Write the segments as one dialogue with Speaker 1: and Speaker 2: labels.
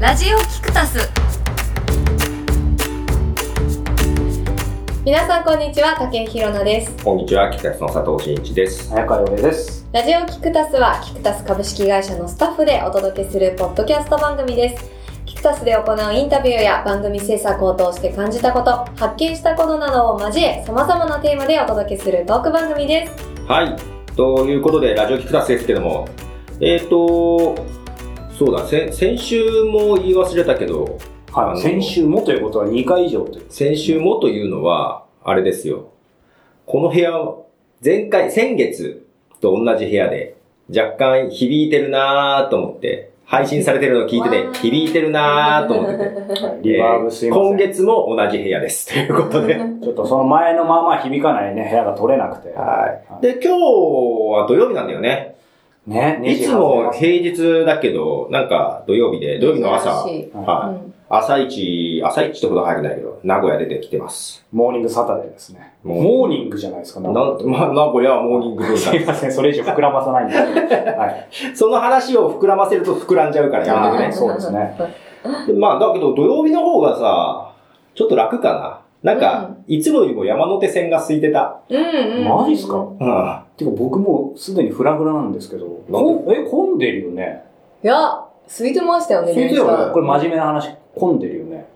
Speaker 1: ラジオキクタス
Speaker 2: 皆さんこんにちは竹井ひろなです
Speaker 3: こんにちは、キクタスの佐藤真一です。
Speaker 4: 早川洋平です。
Speaker 2: ラジオキクタスはキクタス株式会社のスタッフでお届けするポッドキャスト番組ですキクタスで行うインタビューや番組制作を通して感じたこと発見したことなどを交え様々なテーマでお届けするトーク番組です
Speaker 3: はい。ということで、ラジオキクタスですけども、えっ、ー、と、そうだ、せ先週も言い忘れたけど、あ
Speaker 4: は
Speaker 3: の
Speaker 4: い。先週もということは2回以上という。
Speaker 3: 先週もというのは、あれですよ。この部屋を、前回、先月と同じ部屋で、若干響いてるなーと思って、配信されてるのを聞い
Speaker 2: わ
Speaker 3: て
Speaker 2: ー
Speaker 3: て、響いてるなーと思ってて、
Speaker 4: はいリバーブすいません。
Speaker 3: 今月も同じ部屋です。ということ で。
Speaker 4: ちょっとその前のまま響かないね、部屋が取れなくて。
Speaker 3: はい。で、今日は土曜日なんだよね。
Speaker 4: ね、
Speaker 3: いつも平日だけど、なんか土曜日で、土曜日の朝、
Speaker 2: 珍しい
Speaker 3: は
Speaker 2: うん
Speaker 3: い、朝一、朝一ってことは入れないけど、名古屋出てきてます。
Speaker 4: モーニングサタデーですね。
Speaker 3: モーニング
Speaker 4: モーニングじゃないですか、
Speaker 3: なん まあ、名古屋はモーニング動
Speaker 4: すい
Speaker 3: 画。
Speaker 4: ません、それ以上膨らまさないんですけど。はい。
Speaker 3: その話を膨らませると膨らんじゃうからやめ
Speaker 4: あ
Speaker 3: て
Speaker 4: そうですね
Speaker 3: くね。まあ、だけど土曜日の方がさ、ちょっと楽かな。なんか、いつもよりも山手線が空いてた。
Speaker 2: うんうん
Speaker 4: マジっすか
Speaker 3: うん。
Speaker 4: てか僕もうすでにフラフラなんですけど。
Speaker 3: なん
Speaker 4: こんえ、混んでるよね。
Speaker 2: いや空いてましたよね
Speaker 3: 空いてた
Speaker 2: 電
Speaker 3: よ
Speaker 2: 車
Speaker 3: ね
Speaker 4: これ真面目な話、混んでるよね。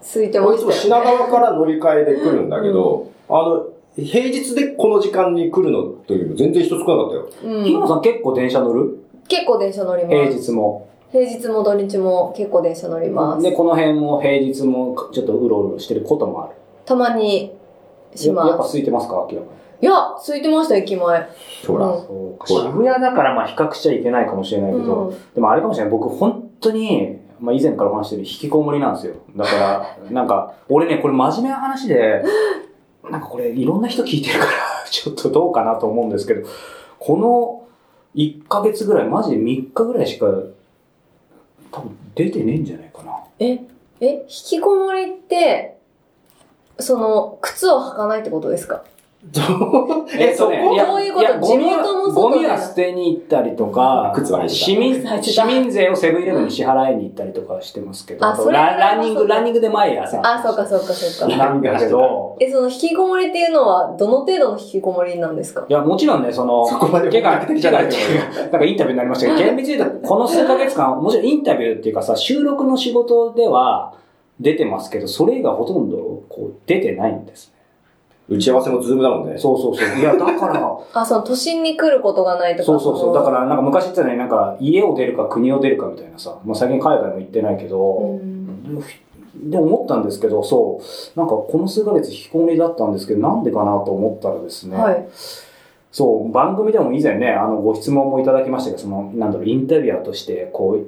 Speaker 2: 空いてま
Speaker 3: 俺い
Speaker 2: し
Speaker 3: つも
Speaker 2: たよ
Speaker 3: 品川から乗り換えで来るんだけど、あの、平日でこの時間に来るのというの全然人少なかったよ。
Speaker 2: うん
Speaker 4: ヒロさん結構電車乗る
Speaker 2: 結構電車乗りま
Speaker 4: 平
Speaker 2: す
Speaker 4: 日も。
Speaker 2: 平日も土日も結構電車乗ります
Speaker 4: で、この辺も平日もちょっとうろうろしてることもある。
Speaker 2: たまにし
Speaker 4: ややっぱ
Speaker 2: ます
Speaker 4: 空いてますか明らかに。
Speaker 2: いや空いてました駅前
Speaker 3: ほら。
Speaker 2: うん
Speaker 4: そうか
Speaker 3: ほら
Speaker 4: 渋谷だからまあ比較しちゃいけないかもしれないけど、
Speaker 2: うん
Speaker 4: でもあれかもしれない。僕本当に、まあ以前からお話ししてる引きこもりなんですよ。だから、なんか、俺ね、これ真面目な話で、なんかこれいろんな人聞いてるから、 ちょっとどうかなと思うんですけど、この1ヶ月ぐらい、マジで3日ぐらいしか、多分出てねえんじゃないかな。
Speaker 2: え、え、引きこもりって、その、靴を履かないってことですか
Speaker 3: え、そ
Speaker 4: ね
Speaker 3: こ
Speaker 4: や
Speaker 2: どういうこと
Speaker 4: やゴミ
Speaker 2: 地元もそ
Speaker 4: は、
Speaker 2: うだよ
Speaker 4: ゴミは捨てに行ったりとか、
Speaker 3: 靴は履いてた
Speaker 4: 市民
Speaker 2: 靴履いてた
Speaker 4: 市民税をセブンイレブンに支払いに行ったりとかしてますけど、
Speaker 2: あ
Speaker 4: あと
Speaker 2: それは
Speaker 4: ランランニン
Speaker 2: そ
Speaker 4: グ、
Speaker 2: うか
Speaker 4: ランニングで毎朝。
Speaker 2: あ、そうかそうかそうか。
Speaker 4: なんだけど、
Speaker 2: え、その引きこもりっていうのは、どの程度の引きこもりなんですか
Speaker 4: いや、もちろんね、その、
Speaker 3: そこまで
Speaker 4: てか、
Speaker 3: 本格的じゃない
Speaker 4: てかてかなんかインタビューになりましたけど、厳密に言うと、この数ヶ月間、もちろんインタビューっていうかさ、収録の仕事では出てますけど、それ以外ほとんど、こう、出てないんです
Speaker 3: 打ち合わせもズームだもんね
Speaker 4: ね。。そうそうそう。いや、だから、
Speaker 2: あ、その都心に来ることがないとか。
Speaker 4: そうそう
Speaker 2: そ
Speaker 4: そ
Speaker 2: の
Speaker 4: う。だから、なんか昔言ってたね、なんか家を出るか国を出るかみたいなさ、まあ最近海外も行ってないけ
Speaker 2: う
Speaker 4: ど、
Speaker 2: ん
Speaker 4: でも思ったんですけど、そう、なんかこの数ヶ月引きこもりだったんですけど、なんでかなと思ったらですね、
Speaker 2: はい。
Speaker 4: そう、番組でも以前ね、あの、ご質問もいただきましたけど、その、なんだろう、インタビュアーとして、こう、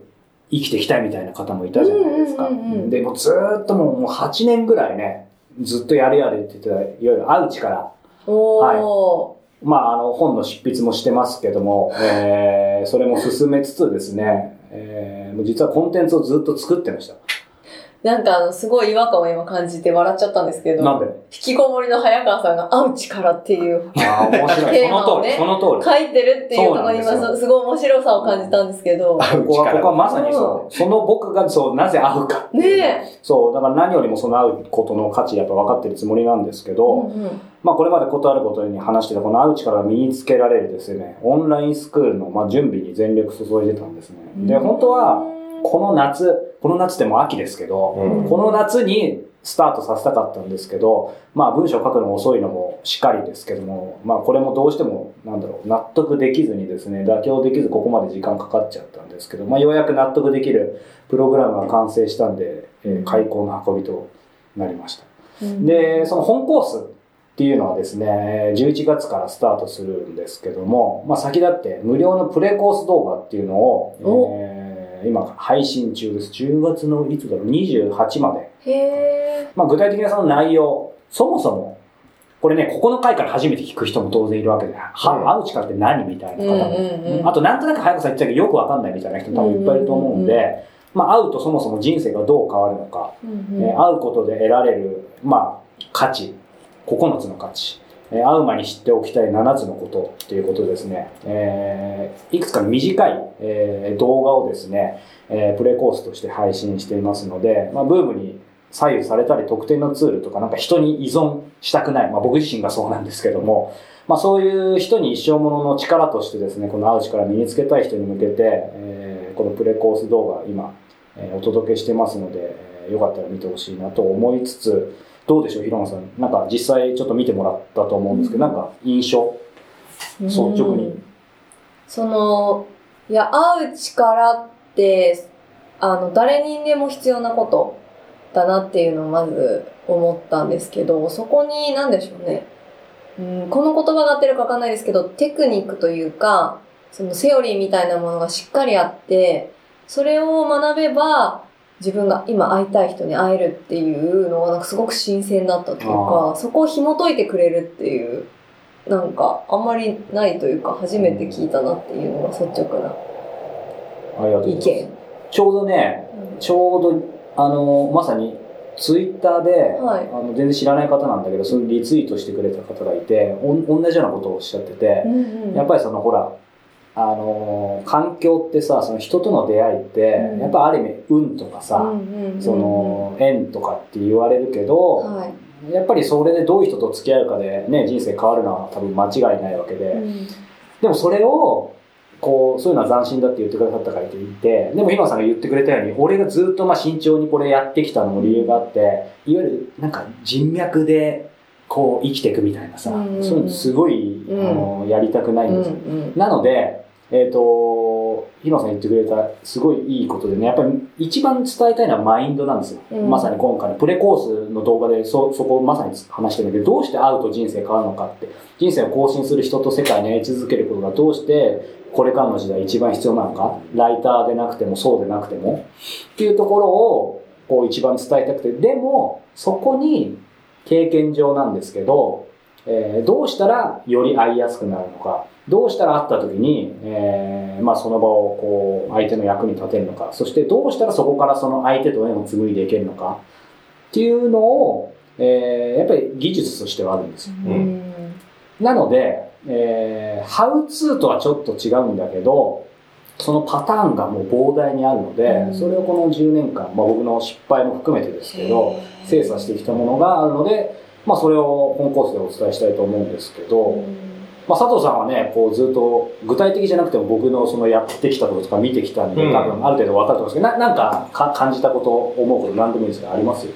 Speaker 4: 生きていきたいみたいな方もいたじゃないですか。
Speaker 2: うんうんうんうん
Speaker 4: で、もうずーっともうもう8年ぐらいね、ずっとやれやれって言ってた、いわゆる会う力
Speaker 2: おー。
Speaker 4: まあ、あの、本の執筆もしてますけども、えーそれも進めつつですね、えー、実はコンテンツをずっと作ってました。
Speaker 2: なんか、あの、すごい違和感を今感じて笑っちゃったんですけど、
Speaker 4: なん
Speaker 2: 引
Speaker 4: で
Speaker 2: きこもりの早川さんが会う力っていう、
Speaker 4: ああ、面白い。
Speaker 2: テー
Speaker 4: そ
Speaker 2: マを
Speaker 4: の通
Speaker 2: ね
Speaker 4: り、その通り。
Speaker 2: 書いてるっていうところに
Speaker 4: そう
Speaker 2: 今、
Speaker 4: なんですす
Speaker 2: すごい面白さを感じたんですけど、
Speaker 3: 会う
Speaker 4: ここは、
Speaker 3: 力
Speaker 4: ここはまさにそう。その僕が、そう、なぜ会うか。
Speaker 2: ねえ。
Speaker 4: そう、だから何よりもその会うことの価値、やっぱ分かってるつもりなんですけど、
Speaker 2: うんうん
Speaker 4: まあ、これまでことあることに話してたこの会う力が身につけられるですねオンラインスクールのまあ準備に全力注いでたんですねで本当はこの夏この夏でもう秋ですけど、
Speaker 3: うん
Speaker 4: この夏にスタートさせたかったんですけどまあ文章書くのも遅いのもしっかりですけどもまあこれもどうしてもなんだろう納得できずにですね妥協できずここまで時間かかっちゃったんですけどまあようやく納得できるプログラムが完成したんで、えー開講の運びとなりましたで、その本コースっていうのはですね、11月からスタートするんですけども、まあ先立って無料のプレコース動画っていうの
Speaker 2: お
Speaker 4: を、えー今配信中です。10月のいつだろう、28まで。
Speaker 2: へえ。
Speaker 4: まあ具体的なその内容、そもそも、これね、ここの回から初めて聞く人も当然いるわけで、は、
Speaker 3: うん
Speaker 4: 会う力って何みたいな方も
Speaker 2: うんうんうん
Speaker 4: あとなんとなく早川さん言ってたけどよくわかんないみたいな人も多分いっぱいいると思うん
Speaker 2: うんう
Speaker 4: で、まあ会うとそもそも人生がどう変わるのか、
Speaker 2: うんうん
Speaker 4: えー会うことで得られる、まあ、価値、9つの価値。えー会う前に知っておきたい7つのことということですね、えーいくつかの短い、えー動画をですね、えープレイコースとして配信していますので、まあ、ブームに左右されたり特定のツールとかなんか人に依存したくない、まあ、僕自身がそうなんですけども、まあ、そういう人に一生ものの力としてですねこの会う力を身につけたい人に向けて、えーこのプレコース動画今、えーお届けしてますので、えーよかったら見てほしいなと思いつつどうでしょう平野さんなんか実際ちょっと見てもらったと思うんですけど、なんか印象率直に
Speaker 2: うんその、いや、会う力って、あの、誰にでも必要なことだなっていうのをまず思ったんですけど、そこに何でしょうね。うん、この言葉が合ってるかわかんないですけど、テクニックというか、そのセオリーみたいなものがしっかりあって、それを学べば、自分が今会いたい人に会えるっていうのがなんかすごく新鮮だったという
Speaker 4: あ
Speaker 2: か、そこを紐解いてくれるっていうなんかあんまりないというか初めて聞いたなっていうのが率直な
Speaker 4: ありがとうござい
Speaker 2: 意
Speaker 4: ます
Speaker 2: 見。
Speaker 4: ちょうどねちょうど、あの、まさに、ツイッターで、
Speaker 2: はい
Speaker 4: あの全然知らない方なんだけど、それリツイートしてくれた方がいて、おん同じようなことをおっしゃってて、やっぱりその、ほら、あの、環境ってさ、その人との出会いって、
Speaker 2: うん
Speaker 4: やっぱある意味、運とかさ、
Speaker 2: り
Speaker 4: そ、の、縁とかって言われるけど、
Speaker 2: は
Speaker 4: やっぱりそれでどういう人と付き合うかでね、人生変わるのは多分間違いないわけで、
Speaker 2: いうん
Speaker 4: でもそれを、こう、そういうのは斬新だって言ってくださった方がいて、でも今さんが言ってくれたように、俺がずっとまあ慎重にこれやってきたのも理由があって、いわゆるなんか人脈でこう生きていくみたいなさ、
Speaker 2: うん
Speaker 4: そういうのすごい、
Speaker 2: うん
Speaker 4: あの、やりたくない
Speaker 2: うんん
Speaker 4: ですよ。なので、えっ、と、ヒロさん言ってくれた、すごいいいことでね、やっぱり一番伝えたいのはマインドなんですよ。
Speaker 2: うん
Speaker 4: まさに今回のプレコースの動画でそ、そこをまさに話してるんだけど、どうして会うと人生変わるのかって、人生を更新する人と世界に会い続けることがどうして、これからの時代一番必要なのか、ライターでなくてもそうでなくても、っていうところを、こう一番伝えたくて、でも、そこに、経験上なんですけど、えーどうしたらより会いやすくなるのか、どうしたら会った時に、えーまあその場をこう相手の役に立てるのか、そしてどうしたらそこからその相手と縁を紡いでいけるのかっていうのを、えーやっぱり技術としてはあるんですよ。
Speaker 2: うん
Speaker 3: うん
Speaker 4: なので、えーハウツーとはちょっと違うんだけど、そのパターンがもう膨大にあるので、
Speaker 2: うん
Speaker 4: それをこの10年間、まあ僕の失敗も含めてですけど、精査してきたものがあるので、まあ、それを本コースでお伝えしたいと思うんですけど、
Speaker 2: うん
Speaker 4: まあ、佐藤さんはねこうずっと具体的じゃなくても僕のそのやってきたこととか見てきたんで、
Speaker 3: うん
Speaker 4: 多分ある程度分かると思うんですけどななんかか感じたこと思うこと何でもいいですがあります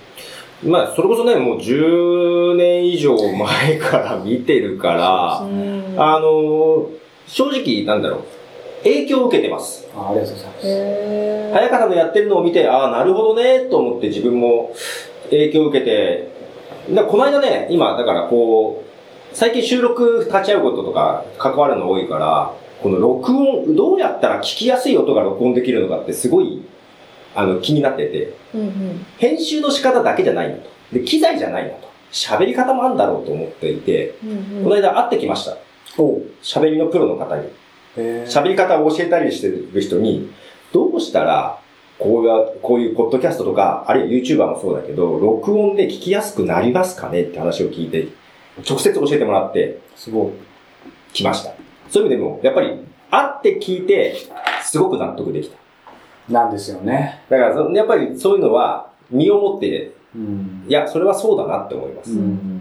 Speaker 3: まあ、それこそね、もう10年以上前から見てるから、あのー正直、なんだろう、影響を受けてます。
Speaker 4: あありがとうございます、
Speaker 2: へー
Speaker 3: 早川さんのやってるのを見て、ああ、なるほどね、と思って自分も影響を受けて、だこの間ね、今、だからこう、最近収録立ち会うこととか関わるの多いから、この録音、どうやったら聞きやすい音が録音できるのかってすごい、あの、気になってて、
Speaker 2: うんうん
Speaker 3: 編集の仕方だけじゃないなと。で、機材じゃないなと。喋り方もあるんだろうと思っていて、
Speaker 2: うん
Speaker 3: この間会ってきました。
Speaker 4: おう
Speaker 3: 喋りのプロの方に。
Speaker 4: へ
Speaker 3: 喋り方を教えたりしてる人に、どうしたら、こうやこういうポッドキャストとか、あるいは YouTuber もそうだけど、録音で聞きやすくなりますかねって話を聞いて、直接教えてもらって
Speaker 4: すごい
Speaker 3: きました。そういう意味でも、やっぱり、会って聞いて、すごく納得できた。
Speaker 4: なんですよね、
Speaker 3: だからその、やっぱりそういうのは、身をもって、
Speaker 4: うん
Speaker 3: いや、それはそうだなって思います。
Speaker 2: うんうん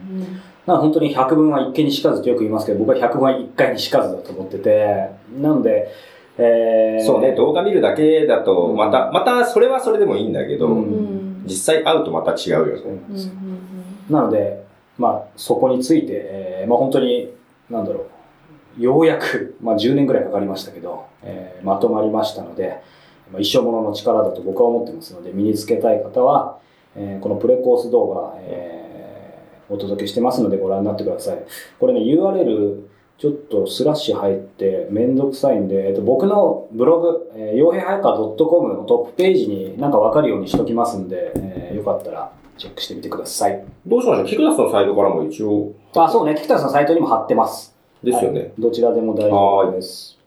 Speaker 4: なんか本当に百聞は一見にしかずってよく言いますけど僕は百聞は一回にしかずだと思っててなので、えー
Speaker 3: そうね、動画見るだけだと、
Speaker 4: うん
Speaker 3: また、また、それはそれでもいいんだけど、
Speaker 4: うん
Speaker 2: うん
Speaker 3: 実際会うとまた違うよね。
Speaker 2: うんうん
Speaker 4: なので、まあ、そこについて、えーまあ、本当に、なんだろう、ようやく、まあ、10年ぐらいかかりましたけど、えーまとまりましたので、まあ、一生ものの力だと僕は思ってますので、身につけたい方は、えーこのプレコース動画、えーお届けしてますのでご覧になってください。これね、URL、ちょっとスラッシュ入ってめんどくさいんで、えっと、僕のブログ、えー、傭兵早川 .com のトップページになんかわかるようにしときますんで、えーよかったらチェックしてみてください。
Speaker 3: どうしましょう菊田さんのサイドからも一応、
Speaker 4: あ、そうね。菊田さんのサイトにも貼ってます。
Speaker 3: ですよね。
Speaker 4: はいどちらでも大丈夫です。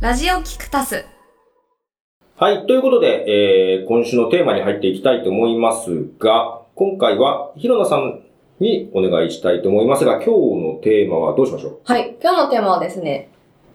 Speaker 2: ラジオキクタス
Speaker 3: はい。ということで、えー、今週のテーマに入っていきたいと思いますが、今回は、広野さんにお願いしたいと思いますが、今日のテーマはどうしましょう
Speaker 2: はい。今日のテーマはですね、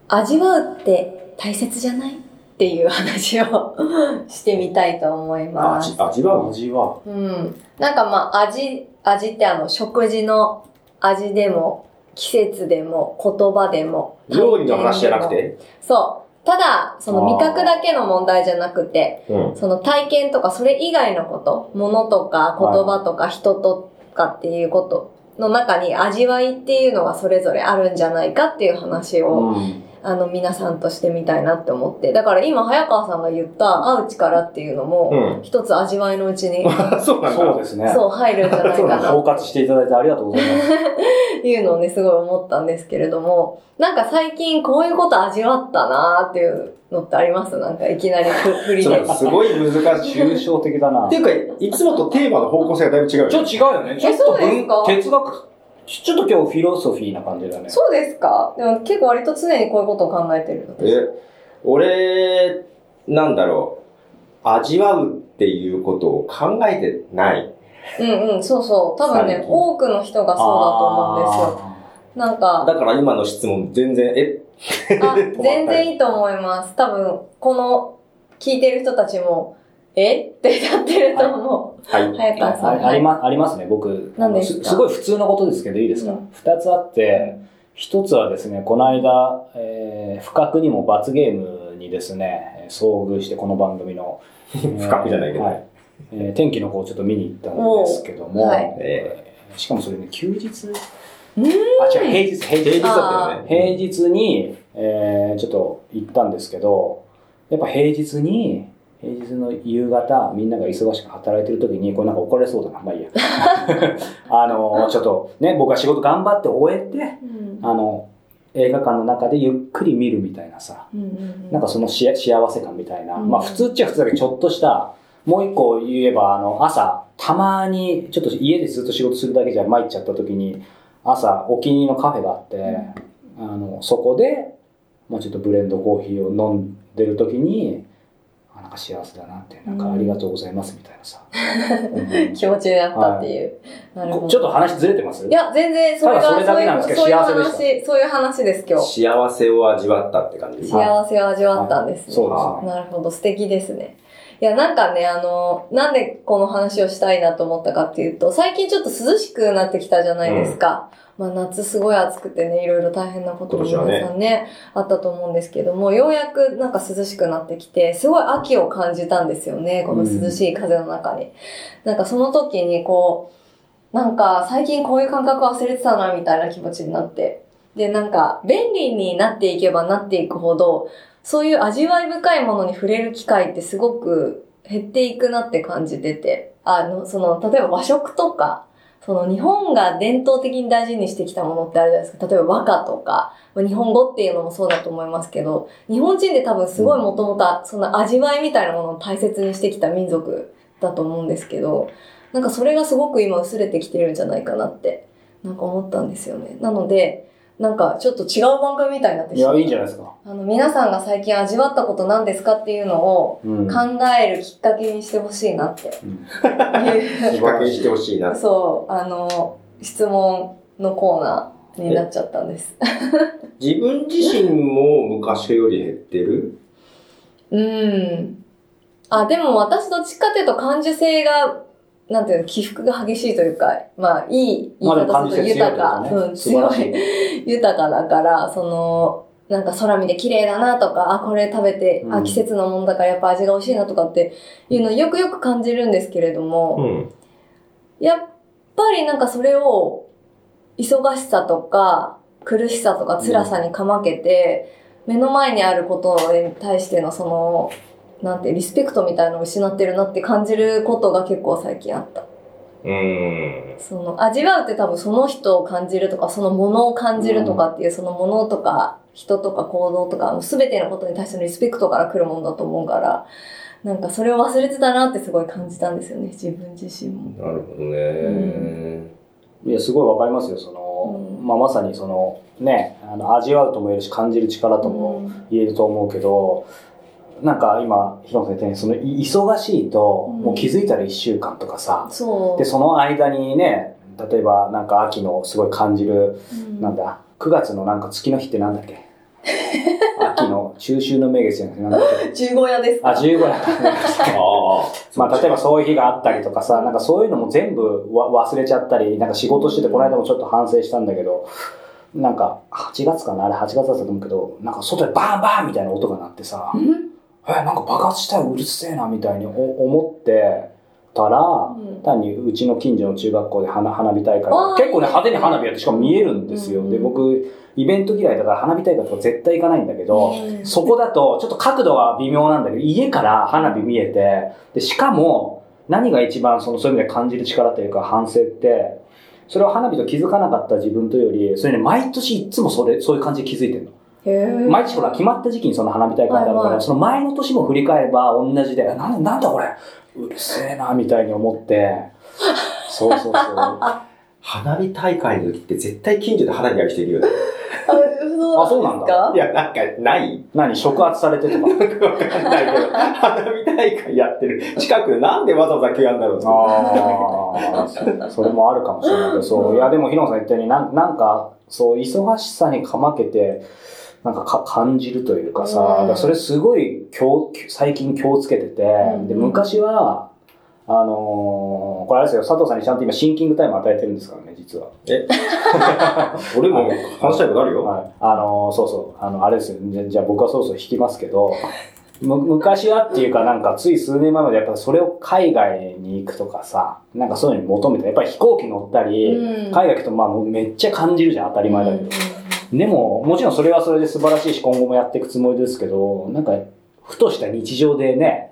Speaker 2: 味わうって大切じゃないっていう話を してみたいと思います
Speaker 3: 味。味は
Speaker 4: 味は。
Speaker 2: うん。なんかまあ、味、味ってあの、食事の味でも、季節でも、言葉でも。
Speaker 3: 料理の話じゃなく
Speaker 2: 体験で
Speaker 3: て、
Speaker 2: も。そう。ただ、その味覚だけの問題じゃなくて、
Speaker 3: うん。
Speaker 2: その体験とかそれ以外のこと、物とか言葉とか人とかっていうことの中に味わいっていうのがそれぞれあるんじゃないかっていう話を、
Speaker 4: うん。
Speaker 2: あの皆さんとしてみたいなって思って。だから今早川さんが言った会う力っていうの
Speaker 3: う
Speaker 2: も、
Speaker 3: ん。
Speaker 2: 一つ味わいのうちに、
Speaker 3: そうなんだ。
Speaker 4: そうですね。
Speaker 2: そう入るんじゃないかな
Speaker 4: 包括していただいてありがとうござ います。
Speaker 2: っていうのをね、すごい思ったんですけれども、なんか最近こういうこと味わったなーっていうのってありますなんかいきなりふ振り
Speaker 3: ちょ
Speaker 2: で
Speaker 3: っと。すごい難しい。
Speaker 4: 抽象的だな。
Speaker 3: っていうか、いつもとテーマの方向性がだいぶ違うよね。
Speaker 4: ちょっと違うよね。ちょっと文哲学、ちょっと今日フィロソフィーな感じだね。
Speaker 2: そうですかでも結構割と常にこういうことを考えてるの。
Speaker 3: え、俺、なんだろう。味わうっていうことを考えてない。
Speaker 2: うんうん、そうそう。多分
Speaker 3: 最
Speaker 2: ね、
Speaker 3: 近
Speaker 2: 多くの人がそうだと思うんですよ。なんか、
Speaker 3: だから今の質問全然、え、
Speaker 2: あ、全然いいと思います。多分、この、聞いてる人たちも、えってなってると思う。
Speaker 3: はい。
Speaker 2: 早川さん。
Speaker 4: あありまありますね、僕。
Speaker 2: 何ですか
Speaker 4: すすごい普通のことですけどいいですか、
Speaker 2: うん
Speaker 4: 二つあって、一つはですね、この間、えー、不覚にも罰ゲームにですね、えー遭遇して、この番組 の。えー
Speaker 3: 不覚じゃないけど
Speaker 4: はいえー天気の方をちょっと見に行ったんですけども、
Speaker 2: おうはい
Speaker 4: えーしかもそれね、休日
Speaker 2: うん
Speaker 4: あ、違う、平日、
Speaker 3: 平
Speaker 4: 平日
Speaker 3: 日。だったよ
Speaker 4: 平
Speaker 3: ね。
Speaker 4: 日に、えーちょっと行ったんですけど、やっぱ平日に、平日の夕方、みんなが忙しく働いてる時に、これなんか怒られそうだな。まあい いや。あの、ちょっとね、僕は仕事頑張って終えて、
Speaker 2: うん
Speaker 4: あの、映画館の中でゆっくり見るみたいなさ、
Speaker 2: うんうん
Speaker 4: なんかそのしあ幸せ感みたいな、
Speaker 2: うん
Speaker 4: まあ普通っちゃ普通だけどちょっとした、もう一個言えば、あの、朝、たまに、ちょっと家でずっと仕事するだけじゃ参っちゃった時に、朝、お気に入りのカフェがあって、あの、そこで、まあちょっとブレンドコーヒーを飲んでる時に、あなんか幸せだなって、なんかありがとうございますみたいな さ。うん
Speaker 2: 気持ちになったっていう。なるほ
Speaker 4: こ
Speaker 2: ど。
Speaker 4: ちょっと話ずれてます
Speaker 2: いや、全然、それが、
Speaker 4: ただそれだけなんですけど
Speaker 2: そういう
Speaker 4: 幸せでした
Speaker 2: そういう話、そういう話です、今日。
Speaker 3: 幸せを味わったって感じ。
Speaker 4: はい
Speaker 2: 幸せを味わったんですね。
Speaker 4: そうですね。
Speaker 2: なるほど、素敵ですね。いや、なんかね、あの、なんでこの話をしたいなと思ったかっていうと、最近ちょっと涼しくなってきたじゃないですか。まあ、夏すごい暑くてね、いろいろ大変なことも皆
Speaker 3: 今
Speaker 2: さん
Speaker 3: 年はね
Speaker 2: ね、あったと思うんですけども、ようやくなんか涼しくなってきて、すごい秋を感じたんですよね、この涼しい風の中に。なんかその時にこう、なんか最近こういう感覚忘れてたな、みたいな気持ちになって。で、なんか、便利になっていけばなっていくほど、そういう味わい深いものに触れる機会ってすごく減っていくなって感じてて、あの、その、例えば和食とか、その日本が伝統的に大事にしてきたものってあるじゃないですか。例えば和歌とか、まあ日本語っていうのもそうだと思いますけど、日本人で多分すごいもともとその味わいみたいなものを大切にしてきた民族だと思うんですけど、なんかそれがすごく今薄れてきてるんじゃないかなって、なんか思ったんですよね。なので、なんかちょっと違う番組みたいになって
Speaker 4: い
Speaker 2: しま
Speaker 4: や、
Speaker 2: う
Speaker 4: いいんじゃないですか。
Speaker 2: あの、皆さんが最近味わったこと何ですかっていうのを
Speaker 4: うん。
Speaker 2: 考えるきっかけにしてほしいなって
Speaker 4: うん
Speaker 2: い、
Speaker 3: きっかけにしてほしいうな。
Speaker 2: そう、あの、質問のコーナーになっちゃったんです。
Speaker 3: 自分自身も昔より減ってる
Speaker 2: うん。あ、でも私どっちかっていうと感受性が、なんていうの、起伏が激しいというか、まあ、いい言い方すると豊か、うん、強い。豊かだから、その、なんか空見て綺麗だなとか、あ、これ食べて、
Speaker 4: う
Speaker 2: あ、
Speaker 4: ん
Speaker 2: 季節のものだからやっぱ味が美味しいなとかっていうのをよくよく感じるんですけれども、
Speaker 3: ん。
Speaker 2: やっぱりなんかそれを忙しさとか苦しさとか辛さにかまけて、目の前にあることに対してのその、なんて、リスペクトみたいのを失ってるなって感じることが結構最近あった。
Speaker 3: うん。
Speaker 2: その味わうって多分その人を感じるとかそのものを感じるとかっていう、そのものとか人とか行動とか全てのことに対してのリスペクトから来るものだと思うからなんかそれを忘れてたなってすごい感じたんですよね自分自身も。
Speaker 3: なるほど
Speaker 2: う
Speaker 3: ね。
Speaker 4: いや、すごいわかりますよ。その、
Speaker 2: うん
Speaker 4: まあ、まさにその、ね、あの味わうとも言えるし、感じる力とも言えると思うけど、なんか今、ヒロ先生、その、い忙しいと、
Speaker 2: うん
Speaker 4: もう気づいたら1週間とかさ、
Speaker 2: そう。
Speaker 4: で、その間にね、例えばなんか秋のすごい感じる、
Speaker 2: うん
Speaker 4: なんだ、9月のなんか月の日ってなんだっけ秋の中秋の名月じゃなくてなんだっけ
Speaker 2: 十五夜ですか
Speaker 4: あ、15だった。
Speaker 3: ああ。
Speaker 4: まあ、例えばそういう日があったりとかさ、なんかそういうのも全部わ忘れちゃったり、なんか仕事してて、この間もちょっと反省したんだけど、なんか、8月かなあれ8月だったと思うけど、なんか外でバンバンみたいな音が鳴ってさ
Speaker 2: う、ん
Speaker 4: え、なんか爆発したよ、うるせえな、みたいにお思ってたら、
Speaker 2: うん
Speaker 4: 単にうちの近所の中学校で花花火大会
Speaker 2: あー
Speaker 4: 結構ね、派手に花火やって、しかも見えるんですよ。
Speaker 2: うん
Speaker 4: で、僕、イベント嫌いだから花火大会とか絶対行かないんだけど、
Speaker 2: うん
Speaker 4: そこだと、ちょっと角度は微妙なんだけど、家から花火見えて、で、しかも、何が一番その、そういう意味で感じる力というか反省って、それを花火と気づかなかった自分というより、それね、毎年いつもそれ、そういう感じで気づいてるの。
Speaker 2: へー
Speaker 4: 毎年ほら、決まった時期にその花火大会ってあるから、
Speaker 2: はいはい
Speaker 4: その前の年も振り返れば同じで、あなんなんだこれ、うるせえな、みたいに思って、そ うそうそう。
Speaker 3: 花火大会の時って絶対近所で花火やる人いるよね。
Speaker 2: あ、嘘
Speaker 4: あそうなんだ
Speaker 2: ですか
Speaker 3: いや、なんか、ない
Speaker 4: 何、触発されてとか。
Speaker 3: わかんないけど、花火大会やって る。近くでなんでわざわざ今日やんだろうって。
Speaker 4: ああ、それもあるかもしれないけど、そう。いや、でも、ひろさん言ったように、なんなんか、そう、忙しさにかまけて、なんかか感じるというかさ、
Speaker 2: うん
Speaker 4: だからそれすごい気を最近気をつけてて、
Speaker 2: ん
Speaker 4: で、昔は、あのーこれあれですよ、佐藤さんにちゃんと今シンキングタイム与えてるんですからね、実は。
Speaker 3: 俺も話したいことあるよ。
Speaker 4: はい。あのーそうそう。あの、あれですよ。じゃじゃあ僕はそろそろ引きますけど、 む昔はっていうかなんかつい数年前までやっぱそれを海外に行くとかさ、なんかそういうのに求めて、やっぱり飛行機乗ったり、
Speaker 2: うん
Speaker 4: 海外行くとまあもうめっちゃ感じるじゃん、当たり前だけど。でも、もちろんそれはそれで素晴らしいし、今後もやっていくつもりですけど、なんか、ふとした日常でね、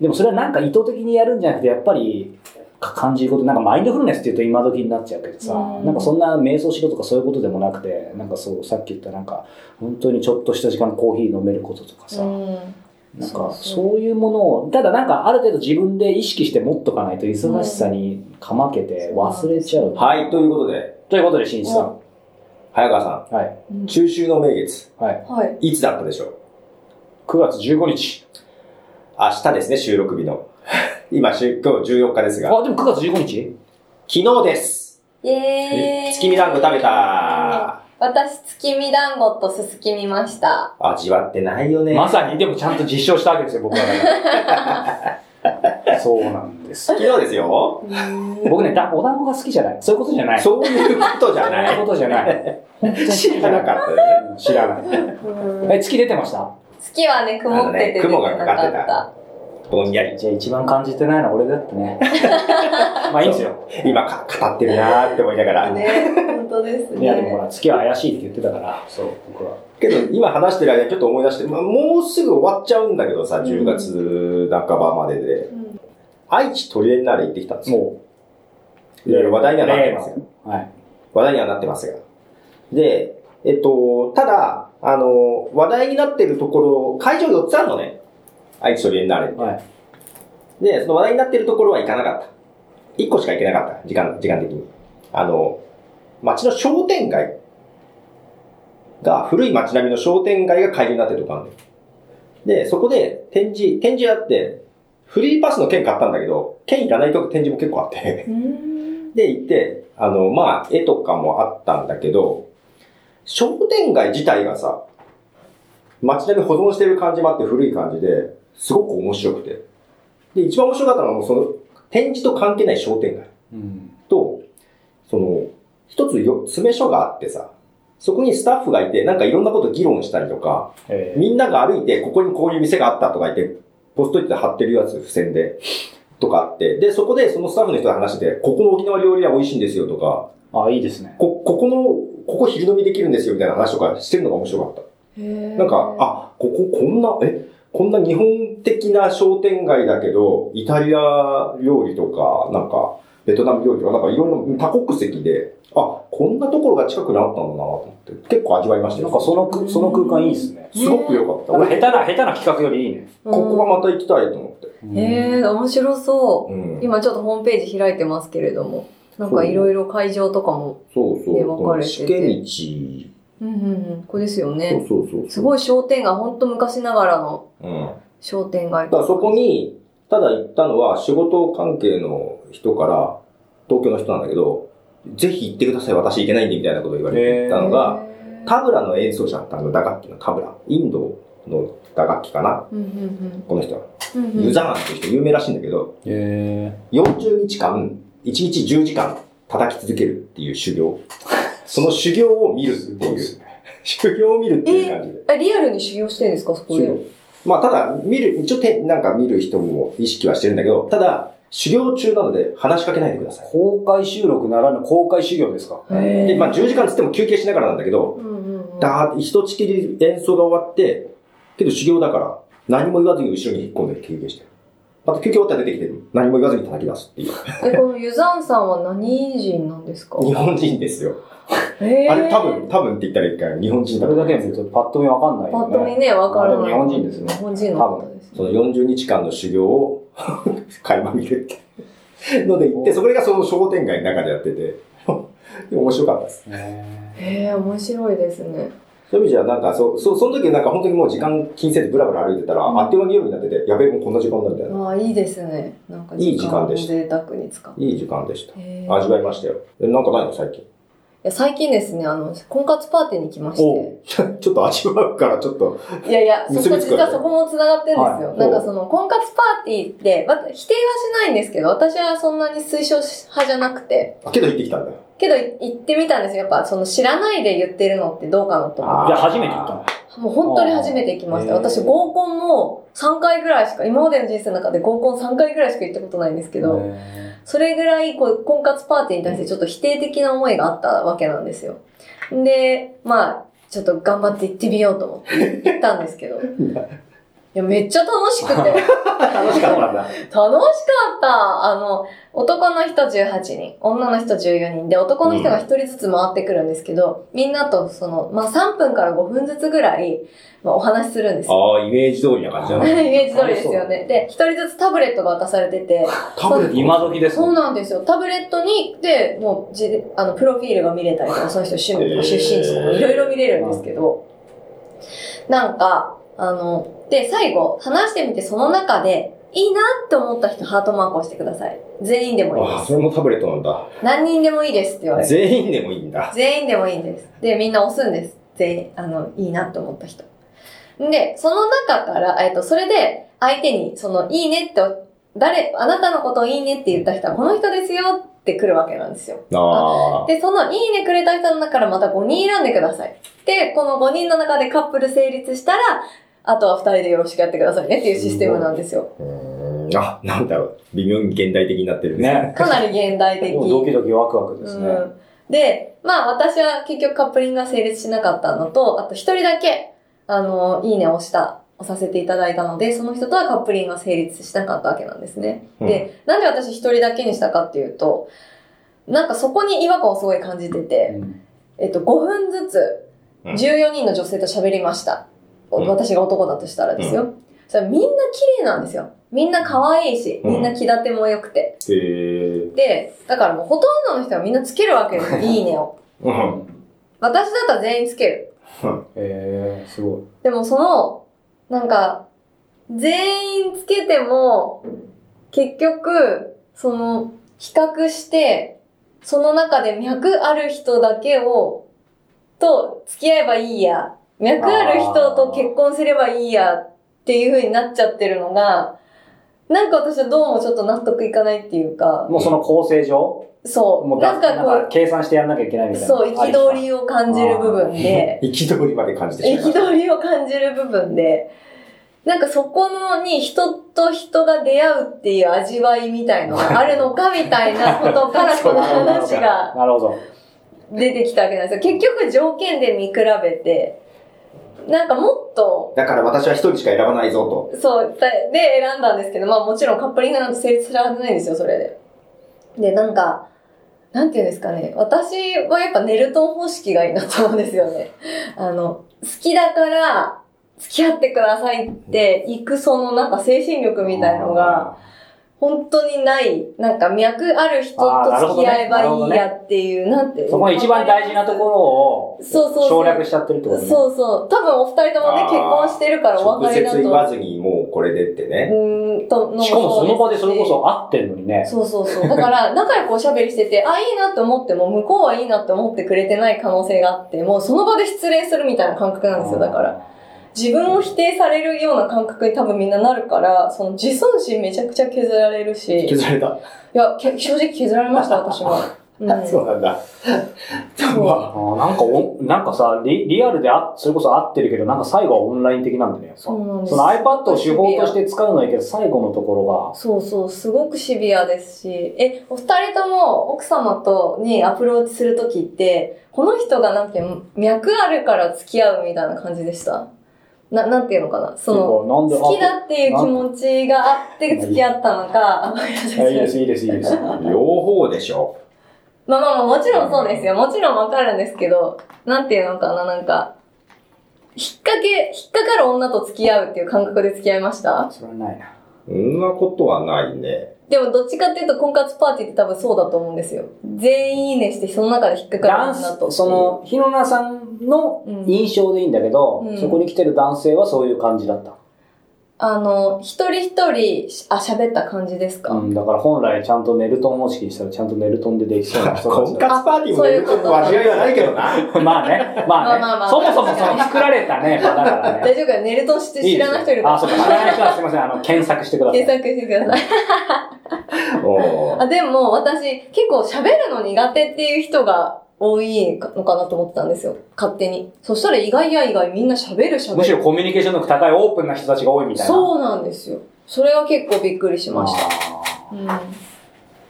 Speaker 4: でもそれはなんか意図的にやるんじゃなくて、やっぱり、か感じること、なんかマインドフルネスって言うと今時になっちゃうけどさ、
Speaker 2: うん
Speaker 4: なんかそんな瞑想しろとかそういうことでもなくて、なんかそう、さっき言ったなんか、本当にちょっとした時間コーヒー飲めることとかさ、
Speaker 2: うん
Speaker 4: なん
Speaker 2: そう
Speaker 4: か
Speaker 2: そう
Speaker 4: そういうものを、ただなんかある程度自分で意識して持っとかないと忙しさにかまけて忘れちゃう。
Speaker 3: はい、ということで、
Speaker 4: ということで、しんいちさん。
Speaker 3: 早川さ
Speaker 4: はい。
Speaker 2: うん
Speaker 3: ん、中秋の名月、
Speaker 4: はい。
Speaker 2: はい。
Speaker 3: いつだったでしょう
Speaker 4: 9月15日。
Speaker 3: 明日ですね、収録日 の。今、週今日14日ですが、
Speaker 4: あ、でも9月15日
Speaker 3: 昨日です。
Speaker 2: イエーイ。
Speaker 3: 月見団子食べ。た。
Speaker 2: 私、月見団子とすすき見ました。
Speaker 3: 味わってないよね。
Speaker 4: まさに、でもちゃんと実証したわけですよ、僕はだ から。そうなんです。
Speaker 3: 昨日ですよ。
Speaker 4: 僕ね、だお団子が好きじゃない。そういうことじゃない。
Speaker 3: そういうことじゃ
Speaker 4: そう
Speaker 3: な
Speaker 4: いう
Speaker 3: い。
Speaker 4: ことじゃない。本当に
Speaker 3: 知らな
Speaker 4: っ
Speaker 3: かったね。
Speaker 4: た。知らない。
Speaker 2: うん
Speaker 4: え、月出てました
Speaker 2: 月はね、曇ってて出て
Speaker 3: あのね雲が
Speaker 2: な
Speaker 3: か
Speaker 2: か
Speaker 3: か
Speaker 2: っ
Speaker 3: って
Speaker 2: た
Speaker 3: た。ぼんやり。
Speaker 4: じゃあ一番感じてないのは俺だって ね。まあいいんですよ。
Speaker 3: 今か、語ってるなーって思いながら。
Speaker 2: ね、本当です
Speaker 4: いやでもほ
Speaker 2: ね。
Speaker 4: ら、月は怪しいって言ってたから、そう、僕は。
Speaker 3: けど、今話してる間にちょっと思い出して、まあもうすぐ終わっちゃうんだけどさ、10月半ばまでで。
Speaker 2: うん
Speaker 3: 愛知トリエンナーレ行ってきたんですよ。
Speaker 4: もう、
Speaker 3: いろいろ話題にはなってますよ。
Speaker 4: はい。
Speaker 3: 話題にはなってますが。で、えっと、ただ、あの、話題になってるところ、会場4つあるのね。愛知トリエンナーレって。
Speaker 4: はい。
Speaker 3: で、その話題になってるところは行かなかった。1個しか行けなかった。時間、時間的に。あの、街の商店街が、古い街並みの商店街が会場になってるとこあるのよで、そこで展示、展示あって、フリーパスの券買ったんだけど、券いらないと展示も結構あって。
Speaker 2: うん。
Speaker 3: で、行って、あの、まあ、絵とかもあったんだけど、商店街自体がさ、街並み保存してる感じもあって古い感じで、すごく面白くて。で、一番面白かったのはもうその、展示と関係ない商店街
Speaker 4: うん。
Speaker 3: と、その、一つよ詰め所があってさ、そこにスタッフがいて、なんかいろんなこと議論したりとか、
Speaker 4: えー
Speaker 3: みんなが歩いて、ここにこういう店があったとか言って、ポストイットで貼ってるやつ、付箋で、とかあって、で、そこでそのスタッフの人が話してて、ここの沖縄料理は美味しいんですよとか、
Speaker 4: あ、いいですね。
Speaker 3: こ、ここの、ここ昼飲みできるんですよみたいな話とかしてるのが面白かっ
Speaker 2: へー
Speaker 3: た。なんか、、あ、こここんな、え、こんな日本的な商店街だけど、イタリア料理とか、なんか、ベトナム料理とか、なんかいろんな多国籍で、あ、こんなところが近くにあったんだなと思って、結構味わいましたよ
Speaker 4: なんかそのく、その空間いいですね。
Speaker 3: すごく良かった。
Speaker 4: なんか下手
Speaker 3: 俺、
Speaker 4: な、下手な企画よりいいね。
Speaker 3: ここがまた行きたいと思って。
Speaker 4: う
Speaker 2: うんん。へえ、面白そう。
Speaker 3: うん
Speaker 2: 今ちょっとホームページ開いてますけれども、なんかいろいろ会場とかも。
Speaker 3: そうそう。
Speaker 2: ね分かれてて
Speaker 3: 試験日。
Speaker 2: うんうんうん。ここですよね。
Speaker 3: そうそうそう。
Speaker 2: すご
Speaker 3: い。
Speaker 2: い商店街、ほんと昔ながらの
Speaker 3: うん。
Speaker 2: 商店街
Speaker 3: だからそこに、ただ行ったのは仕事関係の人から、東京の人なんだけど、ぜひ行ってください、私行けないんで、みたいなことを言われて行ったのが、
Speaker 2: へー
Speaker 3: タブラの演奏者だったの、打楽器のタブラ。インドの打楽器かな、
Speaker 2: うんうん
Speaker 3: この人は。
Speaker 2: うんうんうん
Speaker 3: ユザーンっていう人有名らしいんだけど、
Speaker 4: え
Speaker 3: 40日間、1日10時間叩き続けるっていう修 行。その修行を見るっていう。 修行を見るっていう感じで。
Speaker 2: あリアルに修行してるんですかそこで。
Speaker 3: まあ、ただ、見る、一応て、なんか見る人も意識はしてるんだけど、ただ、修行中なので話しかけないでください。
Speaker 4: 公開収録ならぬ公開修行ですか
Speaker 2: へー
Speaker 3: で、まあ、10時間つっても休憩しながらなんだけど、
Speaker 2: うんうんうん
Speaker 3: だーって一ちきり演奏が終わって、けど修行だから、何も言わずに後ろに引っ込んで休憩してる。また休憩終わったら出てきてる。何も言わずに叩き出すっていう。
Speaker 2: え、このユザンさんは何人なんですか
Speaker 3: 日本人ですよ。
Speaker 2: えー
Speaker 3: あれ、多分、多分って言ったらいいから、日本人
Speaker 4: そ
Speaker 3: だと
Speaker 4: れ
Speaker 3: 思
Speaker 4: だ
Speaker 3: う
Speaker 4: け見るとパッと見わかんない
Speaker 2: パ
Speaker 4: よ
Speaker 2: ッと見
Speaker 4: ね。
Speaker 2: ね、わからない。
Speaker 4: あでも日本人ですね
Speaker 2: 日本人の方ですね。
Speaker 3: その40日間の修行を 垣間見るって。ので行って、それがその商店街の中でやってて、でも面白かったです。
Speaker 4: へ
Speaker 2: へえ、面白いですね。
Speaker 3: そういう意味じゃ、なんか、そう、そう、その時なんか本当にもう時間気にせずブラブラ歩いてたら、
Speaker 2: うん
Speaker 3: あっという間に夜になってて、やべえ、もうこんな時間だみたいな。
Speaker 2: ああ、いいですね。なんか
Speaker 3: いい時間でした
Speaker 2: を贅沢に使って。
Speaker 3: いい時間でした。
Speaker 2: へー
Speaker 3: 味わいましたよ。えなんかないの最近。
Speaker 2: いや最近ですね、あの、婚活パーティーに来まして。
Speaker 3: ちょっと味わうから、ちょっと。
Speaker 2: いやいや、そ
Speaker 3: 結
Speaker 2: こ、
Speaker 3: びつく
Speaker 2: 実
Speaker 3: わね
Speaker 2: はそこも繋がってるんですよ。
Speaker 3: はい
Speaker 2: なんかその、婚活パーティーって、まあ、否定はしないんですけど、私はそんなに推奨派じゃなくて、
Speaker 3: あけど行ってきたんだよ。
Speaker 2: けどい行ってみたんですよ。やっぱ、その、知らないで言ってるのってどうかなと思っ
Speaker 4: ーいや、初めて行ったの。
Speaker 2: て。もう本当に初めて行きました。
Speaker 4: あー
Speaker 2: 私、合コンも3回ぐらいしか、今までの人生の中で合コン3回ぐらいしか行ったことないんですけど、
Speaker 4: へ
Speaker 2: それぐらいこう婚活パーティーに対してちょっと否定的な思いがあったわけなんですよ。で、まあ、ちょっと頑張って行ってみようと思って行ったんですけど。いや、めっちゃ楽しくて。楽しかっ
Speaker 3: 楽しかったん だ。
Speaker 2: た。あの、男の人18人、女の人14人で、男の人が1人ずつ回ってくるんですけど、みんなとその、まあ3分から5分ずつぐらい、まあ、お話しするんですよ。
Speaker 3: ああ、イメージ通りな感じだ
Speaker 2: イ
Speaker 3: な。
Speaker 2: メージ通りですよね。で、1人ずつタブレットが渡されてて、
Speaker 3: タブレット
Speaker 4: 今時ですね
Speaker 2: そうなんですよ。タブレットに、で、もうじ、あの、プロフィールが見れたりとか、その人趣味とか出身地とか、
Speaker 3: へー
Speaker 2: いろいろ見れるんですけど、なんか、あの、で、最後、話してみて、その中で、いいなって思った人、ハートマークをしてください。全員でもいい
Speaker 3: あ
Speaker 2: で
Speaker 3: あ、それもタブレットなんだ。
Speaker 2: す。何人でもいいですって言われて。
Speaker 3: 全員でもいいんだ。
Speaker 2: 全員でもいいんです。で、みんな押すんです。全員、あの、いいなって思った人。で、その中から、えっと、それで、相手に、その、いいねって、誰、あなたのことをいいねって言った人は、この人ですよって来るわけなんですよ。
Speaker 3: ああ。
Speaker 2: で、その、いいねくれた人の中からまた5人選んでください。で、この5人の中でカップル成立したら、あとは2人でよろしくやってくださいねっていうシステムなんですよ。
Speaker 3: うーんあ、なんだろう。微妙に現代的になってる
Speaker 4: ー
Speaker 3: ね。
Speaker 4: ね。
Speaker 2: かなり現代的。
Speaker 4: もうドキドキワクワクですね。
Speaker 2: うん、で、まあ私は結局カップリングが成立しなかったのと、あと一人だけ、あの、いいねを押した、押させていただいたので、その人とはカップリングが成立しなかったわけなんですね。で、なんで私一人だけにしたかっていうと、なんかそこに違和感をすごい感じてて、
Speaker 4: うん
Speaker 2: えっと、5分ずつ
Speaker 3: うん
Speaker 2: 14人の女性と喋りました。
Speaker 3: うん
Speaker 2: 私が男だとしたらですよ。それみんな綺麗なんですよ。みんな可愛いし、みんな気立ても良くて。
Speaker 3: へえ。
Speaker 2: で、だからもうほとんどの人はみんなつけるわけですよ。いいねを。
Speaker 3: うん。
Speaker 2: 私だったら全員つける。
Speaker 4: へえ、すごい。
Speaker 2: でもその、なんか、全員つけても、結局、その、比較して、その中で脈ある人だけを、と付き合えばいいや。脈ある人と結婚すればいいやっていう風になっちゃってるのが、なんか私はどうもちょっと納得いかないっていうか、
Speaker 4: もうその構成上、
Speaker 2: そ
Speaker 4: も
Speaker 2: う、
Speaker 4: う
Speaker 2: な
Speaker 4: だ
Speaker 2: んかこう、
Speaker 4: 計算してやんなきゃいけないみたいな。
Speaker 2: そう、憤りを感じる部分で、
Speaker 3: 憤りまで感じてしまいました
Speaker 2: 憤りを感じる部分で、なんかそこのに人と人が出会うっていう味わいみたいのがあるのかみたいなことからこの話が
Speaker 4: なるほど。
Speaker 2: 出てきたわけなんですよ。結局条件で見比べて、なんかもっと、
Speaker 3: だから私は一人しか選ばないぞと。
Speaker 2: そう、だで選んだんですけど、まあもちろんカップリングなんて成立するはずないんですよ、それで。で、なんか、なんていうんですかね。私はやっぱネルトン方式がいいなと思うんですよね。 あの、好きだから付き合ってくださいって行くそのなんか精神力みたいのが、本当にない、なんか脈ある人と付き合えばいいやっていう、なんて。
Speaker 4: そこの一番大事なところを
Speaker 2: そうそうそう
Speaker 4: 省略しちゃってるってことね。
Speaker 2: そうそう。多分お二人ともね、
Speaker 3: あー
Speaker 2: 結婚してるからお
Speaker 3: 直
Speaker 2: 分かりだと。
Speaker 3: 接言わずにもうこれでってね。
Speaker 2: うーんと、
Speaker 4: しかもその場でそれこ
Speaker 2: そう
Speaker 4: そ会ってんのにね
Speaker 2: で。すし。そうそうそう。だから、仲良くおしゃべりして て、あ、いいなって思っても、向こうはいいなって思ってくれてない可能性があって、もうその場で失礼するみたいな感覚なんですよ、だから。自分を否定されるような感覚に多分みんななるから、その自尊心めちゃくちゃ削られるし、い
Speaker 3: 削られた。
Speaker 2: や、け正直削られました、私 は。うん
Speaker 3: そうなんだ。
Speaker 2: そう
Speaker 4: あーなんかお、なんかさ、リリアルであ、それこそ会ってるけど、なんか最後はオンライン的なんでね。やっぱ
Speaker 2: そうなんです
Speaker 4: その iPad を手法として使うのはいいけど、最後のところ
Speaker 2: そうそう、すごくシビアですし、え、お二人とも奥様とにアプローチするときって、この人がなんていうの脈あるから付き合うみたいな感じでしたな、なんていうのかな
Speaker 4: が、
Speaker 2: その、
Speaker 4: なんで、
Speaker 2: 好きだっていう気持ちがあって付き合ったのか、あごめんな
Speaker 4: あ
Speaker 2: さ
Speaker 4: いいで
Speaker 2: い。
Speaker 4: す、いいです、いい です。
Speaker 3: 両方でしょ。
Speaker 2: まあまあまあ、もちろんそうですよ。もちろんわかるんですけど、なんていうのかな、なんか、引っ掛け、引っかかる女と付き合うっていう感覚で付き合いました
Speaker 4: それはないな。
Speaker 3: そんなことはないね。
Speaker 2: でもどっちかっていうと婚活パーティーって多分そうだと思うんですよ。全員いいねしてその中で引っかか
Speaker 4: ダ
Speaker 2: る
Speaker 4: ン
Speaker 2: んだと。
Speaker 4: ス、その、日野菜さんの印象でいいんだけど、
Speaker 2: うん
Speaker 4: そこに来てる男性はそういう感じだった。
Speaker 2: あの、一人一人し、あ、喋った感じですか、
Speaker 4: うん、だから本来ちゃんとネルトン方式にしたらちゃんとネルトンでできそうな人なんで
Speaker 3: 婚
Speaker 4: すよ
Speaker 3: 活パーティーもねちょっと間違いはないけどな。
Speaker 4: まあね、まあね、
Speaker 2: まあまあまあ
Speaker 4: そもそもその作られたね、場だから ね。
Speaker 2: 大丈夫かなネルトンして知らない人いる
Speaker 4: あ、
Speaker 2: か
Speaker 4: そうか、知らない人はすいません、あの、検索してくだ
Speaker 2: ら
Speaker 4: さい。
Speaker 2: 検索してください。
Speaker 3: おー
Speaker 2: あ、でも私結構喋るの苦手っていう人が多いのかなと思ってたんですよ。勝手に。そしたら意外や意外みんな喋る喋る。
Speaker 4: むしろコミュニケーション能力高いオープンな人たちが多いみたいな。う
Speaker 2: そうなんですよ。それが結構びっくりしました。うん。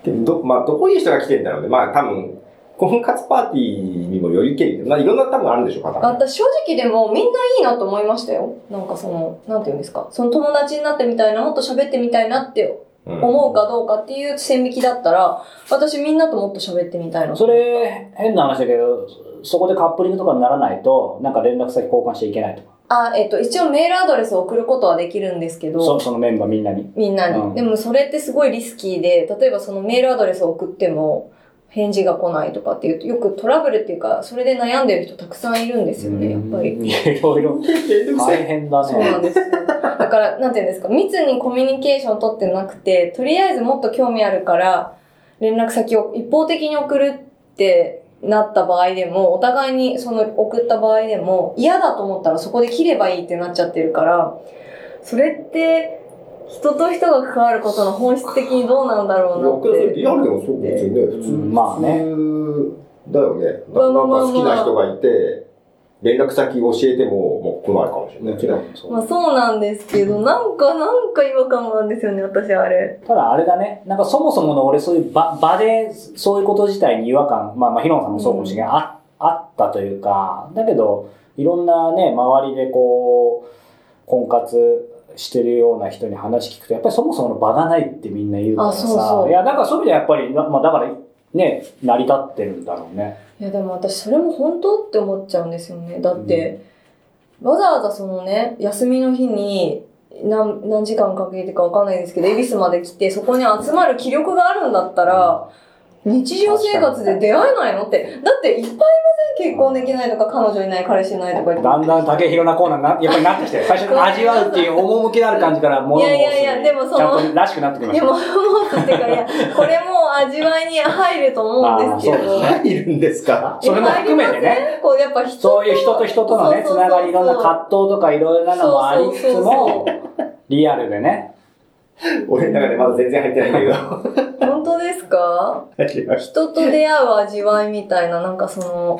Speaker 3: でもど、まあ、どこいう人が来てんだろうね。まあ、多分、婚活パーティーにもよりけり、まあ、いろんな多分あるんでしょ、パターン。
Speaker 2: 私正直でもみんないいなと思いましたよ。なんかその、なんて言うんですか。その友達になってみたいな、もっと喋ってみたいなって
Speaker 3: うん
Speaker 2: 思うかどうかっていう線引きだったら、私みんなともっと喋ってみたいな。
Speaker 4: それ、変な話だけど、そこでカップリングとかにならないと、なんか連絡先交換しちゃいけないとか。
Speaker 2: あ、えっ、と、一応メールアドレスを送ることはできるんですけ
Speaker 4: そ
Speaker 2: ど、
Speaker 4: そのメンバーみんなに。
Speaker 2: みんなに、
Speaker 4: うん
Speaker 2: でもそれってすごいリスキーで、例えばそのメールアドレスを送っても、返事が来ないとかっていうと、よくトラブルっていうか、それで悩んでる人たくさんいるんですよね、やっぱり。
Speaker 4: うんいろいろ。大変だ
Speaker 2: そうなん
Speaker 4: ね。
Speaker 2: ですよ。だから、なんていうんですか、密にコミュニケーション取ってなくて、とりあえずもっと興味あるから、連絡先を一方的に送るってなった場合でも、お互いにその送った場合でも、嫌だと思ったらそこで切ればいいってなっちゃってるから、それって、人と人が関わることの本質的にどうなんだろうな
Speaker 3: 僕
Speaker 2: って。
Speaker 3: リアルでもそう別にね、普通、
Speaker 4: うんまあね
Speaker 3: 普通だよね。なん
Speaker 2: まあまあまあ
Speaker 3: か好きな人がいて、連絡先教えても、もう来ないかもしれない。
Speaker 4: そう
Speaker 2: まあそうなんですけど、なんか、なんか違和感なんですよね、私あれ。
Speaker 4: ただあれだね、なんかそもそもの俺そういう場、場でそういうこと自体に違和感、まあまあヒロンさんもそうかもしれない、ああったというか、だけど、いろんなね、周りでこう、婚活してるような人に話聞くと、やっぱりそもそもの場がないってみんな言うからさ、
Speaker 2: あそうそう
Speaker 4: いや、だからそういう意味ではやっぱり、なまあだから、ね、成り立ってるんだろうね。
Speaker 2: いやでも私それも本当って思っちゃうんですよね。だって、わざわざそのね、休みの日に何何時間かけてかわかんないですけど、恵比寿まで来てそこに集まる気力があるんだったら、日常生活で出会えないのって、だっていっぱいいません結婚できないとか、彼女いない、彼氏いないとか言って。
Speaker 4: だんだん竹広なコーナーにな、やっぱりなってきて、最初に味わうっていう趣のある感じから、も
Speaker 2: いやいやいやでもその
Speaker 4: ちゃんとらしくなってきまし
Speaker 2: で
Speaker 4: た。
Speaker 2: も、もうってか、いや、これも味わいに入ると思うんですけ
Speaker 4: あー そ
Speaker 2: ど。
Speaker 3: 何いるんです か
Speaker 4: それも含めてね。
Speaker 2: こうやっぱ人と
Speaker 4: そういう人と人とのね、
Speaker 2: そ
Speaker 4: つ
Speaker 2: うそうそうそう
Speaker 4: ながり、いろんな葛藤とかいろんなのもありつつも
Speaker 2: そう、
Speaker 4: リアルで ね。
Speaker 3: 俺の中でまだ全然入ってないんだ
Speaker 2: 本当ですか
Speaker 3: けど。
Speaker 2: 人と出会う味わいみたいな、なんかその、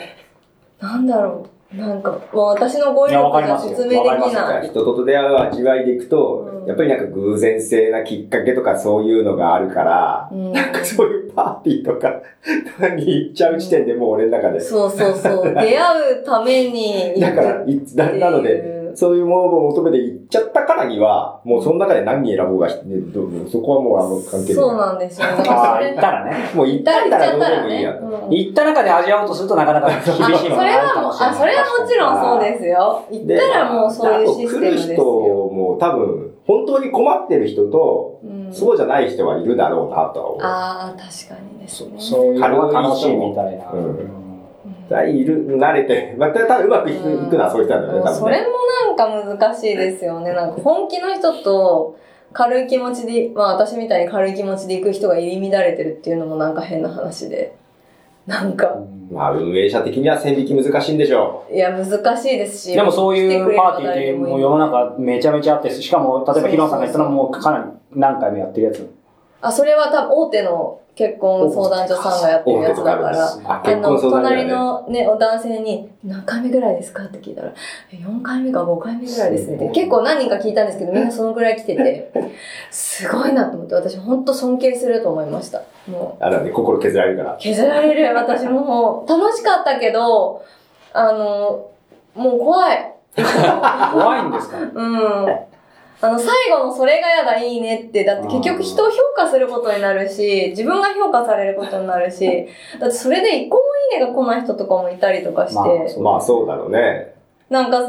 Speaker 2: なんだろう。なんか、もう私の語彙
Speaker 4: いやわか
Speaker 2: 力
Speaker 4: り
Speaker 2: じゃ
Speaker 4: ますよ
Speaker 2: 説明で
Speaker 4: わか
Speaker 2: き
Speaker 4: りま
Speaker 2: ない。
Speaker 3: 人と出会う味わいでいくと
Speaker 2: う、ん
Speaker 3: やっぱりなんか偶然性なきっかけとかそういうのがあるから、
Speaker 2: うん、
Speaker 3: なんかそういうパーティーとか に行っちゃう時点でもう俺の中で。
Speaker 2: そうそうそう。出会うために行くっていう。
Speaker 3: だから、いななので、
Speaker 2: うん。
Speaker 3: そういうものを求めて行っちゃったからには、もうその中で何人選ぼうが、ね、どうそこはもうあの関係
Speaker 2: そう
Speaker 3: な
Speaker 2: なんですよ。だ
Speaker 4: あ
Speaker 2: か
Speaker 4: あ、
Speaker 2: ら
Speaker 4: 行ったらね。
Speaker 3: い。もう行っ
Speaker 2: それ、
Speaker 3: た
Speaker 2: 行っち
Speaker 3: んだ
Speaker 2: ゃった
Speaker 3: らどうで
Speaker 2: ら
Speaker 3: もいい
Speaker 2: ね
Speaker 3: や。と。
Speaker 2: うん
Speaker 4: 行った中で味わおうとするとなかなか厳しい
Speaker 2: あ、それ
Speaker 4: ものがある
Speaker 2: は
Speaker 4: か
Speaker 2: もう
Speaker 4: も、しれない。
Speaker 2: あ、それはもちろんそうですよ。行ったらもうそういうシステムです
Speaker 3: あと来る
Speaker 2: よ。
Speaker 3: 人も多分、本当に困ってる人と、
Speaker 2: うん、
Speaker 3: そうじゃない人はいるだろうなとは思う。
Speaker 2: ああ、確かにですね。
Speaker 4: そういうのが楽しいみたいな。
Speaker 3: うん
Speaker 4: うん
Speaker 2: うん
Speaker 3: いる、慣れて、 また、ただうまくいくいくのはそういう人なんだよね、
Speaker 2: もう
Speaker 3: 多
Speaker 2: そ
Speaker 3: 分ね。
Speaker 2: れもなんか難しいですよね。なんか本気の人と軽い気持ちで、まあ私みたいに軽い気持ちで行く人が入り乱れてるっていうのもなんか変な話で。なんか、
Speaker 3: まあ、運営者的には線引き難しいんでしょ
Speaker 2: いや難しいですし。
Speaker 4: でもそう
Speaker 2: 来てく
Speaker 4: い
Speaker 2: れ
Speaker 4: う
Speaker 2: る
Speaker 4: パ
Speaker 2: 方
Speaker 4: ーティーってもう
Speaker 2: 誰で
Speaker 4: 世
Speaker 2: もいい
Speaker 4: の中めちゃめちゃあって、しかも例えばヒロさんが言ったのはもうかなり何回もやってるやつ。
Speaker 2: あ、それは多分大手の結婚相談所さんがやってるやつだか
Speaker 3: 大手
Speaker 2: ら。
Speaker 3: う。あ、
Speaker 2: あ
Speaker 3: 結
Speaker 2: の、
Speaker 3: 婚相談所
Speaker 2: 隣
Speaker 3: だよね。
Speaker 2: のね、お男性に、何回目ぐらいですかって聞いたら、え4回目か5回目ぐらいですねって。結構何人か聞いたんですけど、みんなそのぐらい来てて、すごいなと思って、私本当尊敬すると思いました。も
Speaker 3: あ、だからね、心削られるから
Speaker 2: う、。削られる、私も もう、楽しかったけど、あの、もう怖 い。
Speaker 4: 怖いんですか
Speaker 2: うん。あの、最後のそれがやだ、いいねって。だって結局人を評価することになるし、自分が評価されることになるし、だってそれで一個もいいねが来ない人とかもいたりとかして、
Speaker 4: まあそう
Speaker 3: まあ、そうだろうね。
Speaker 2: なんか、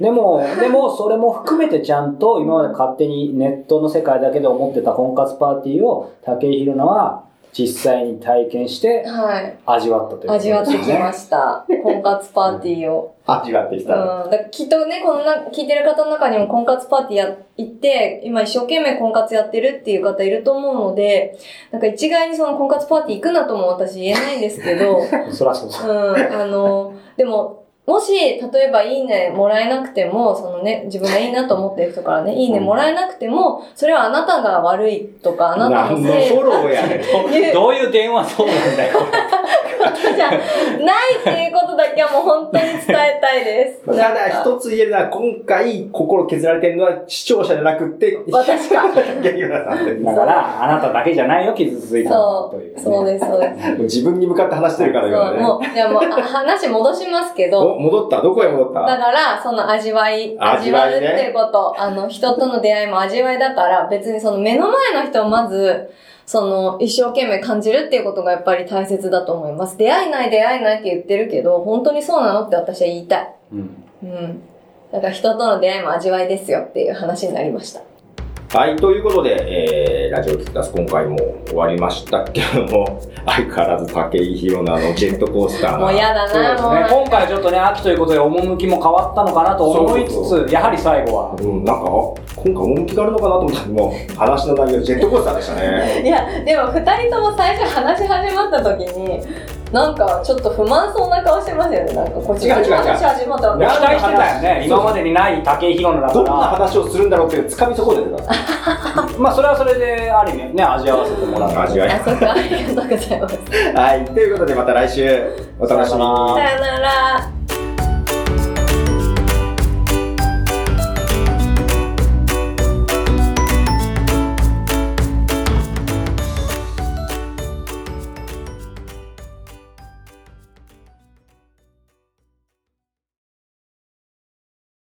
Speaker 4: でも、でもそれも含めてちゃんと今まで勝手にネットの世界だけで思ってた婚活パーティーを武井宏奈は実際に体験して
Speaker 2: はい、
Speaker 4: 味わったということです
Speaker 2: 味
Speaker 4: ね。
Speaker 2: わってきました。婚活パーティーを。
Speaker 3: 味わってき
Speaker 2: うん。
Speaker 3: たら。
Speaker 2: だからきっとね、このな聞いてる方の中にも婚活パーティーや行って、今一生懸命婚活やってるっていう方いると思うので、なんか一概にその婚活パーティー行くなとも私言えないんですけど、
Speaker 4: そらそうそう。
Speaker 2: うん、あの、でも、もし、例えばいいねもらえなくても、そのね、自分がいいなと思ってる人からね、いいねもらえなくても、それはあなたが悪いとか、あなたの
Speaker 3: 何の
Speaker 2: せい
Speaker 3: フォローやねん。
Speaker 2: ね
Speaker 4: どういう電話そうなんだよ。
Speaker 2: じゃないっていうことだけはもう本当に伝えたいです。
Speaker 3: ただ一つ言えるのは、今回心削られてるのは視聴者じゃなくって、
Speaker 2: 私か。
Speaker 3: 柳村さんって。
Speaker 4: だから、あなただけじゃないよ、傷ついたのは
Speaker 2: そ
Speaker 4: という
Speaker 2: う、
Speaker 4: ね。
Speaker 2: そうです、 そうです。
Speaker 3: もう自分に向かって話してるか
Speaker 2: そ
Speaker 3: ら今
Speaker 2: う、
Speaker 3: ね。
Speaker 2: もう、じゃもう、あ話戻しますけど、
Speaker 3: お、戻ったどこへ戻っ
Speaker 2: だ
Speaker 3: た
Speaker 2: から、その味わい、味
Speaker 3: 味
Speaker 2: わ
Speaker 3: わ
Speaker 2: うっ
Speaker 3: い
Speaker 2: て
Speaker 3: ね
Speaker 2: いうこと、あの、人との出会いも味わいだから、別にその目の前の人をまず、その、一生懸命感じるっていうことがやっぱり大切だと思います。出会いない出会いないって言ってるけど、本当にそうなのって私は言いたい。
Speaker 4: うん
Speaker 2: うん。だから人との出会いも味わいですよっていう話になりました。
Speaker 3: はい、ということで、えー、ラジオキッカス今回も終わりましたけども、 相変わらず武井宏奈のジェットコースターな
Speaker 2: もう嫌
Speaker 4: そうで
Speaker 2: だな、
Speaker 4: す
Speaker 2: もう
Speaker 4: ね
Speaker 2: なん。か。
Speaker 4: 今回ちょっとね、秋ということで、趣も変わったのかなと思いつ
Speaker 3: そうそ
Speaker 4: つ、やはり最後は。
Speaker 3: うん、なんか、あ今回趣があるのかなと思ったけども、話の内容ジェットコースターでしたね。
Speaker 2: いや、でも二人とも最初話し始まった時に、なんかちょっと不満そうな顔してますよね。なんかこっちが
Speaker 3: 違う違う違う
Speaker 2: 話始まったわ
Speaker 4: 期
Speaker 2: け
Speaker 3: や
Speaker 4: 待してたよね。今までにない武井宏奈
Speaker 3: ど
Speaker 4: だ
Speaker 3: んな
Speaker 4: か
Speaker 3: 話をするんだろうっていう掴み損ねて た。
Speaker 4: ら、まあそれはそれで、ある意味ね、味合わせてもらった。
Speaker 3: 味わい。
Speaker 2: あ、そっか、ありがとうございます。
Speaker 3: はい、ということでまた来週、お楽しみに。
Speaker 2: さよなら。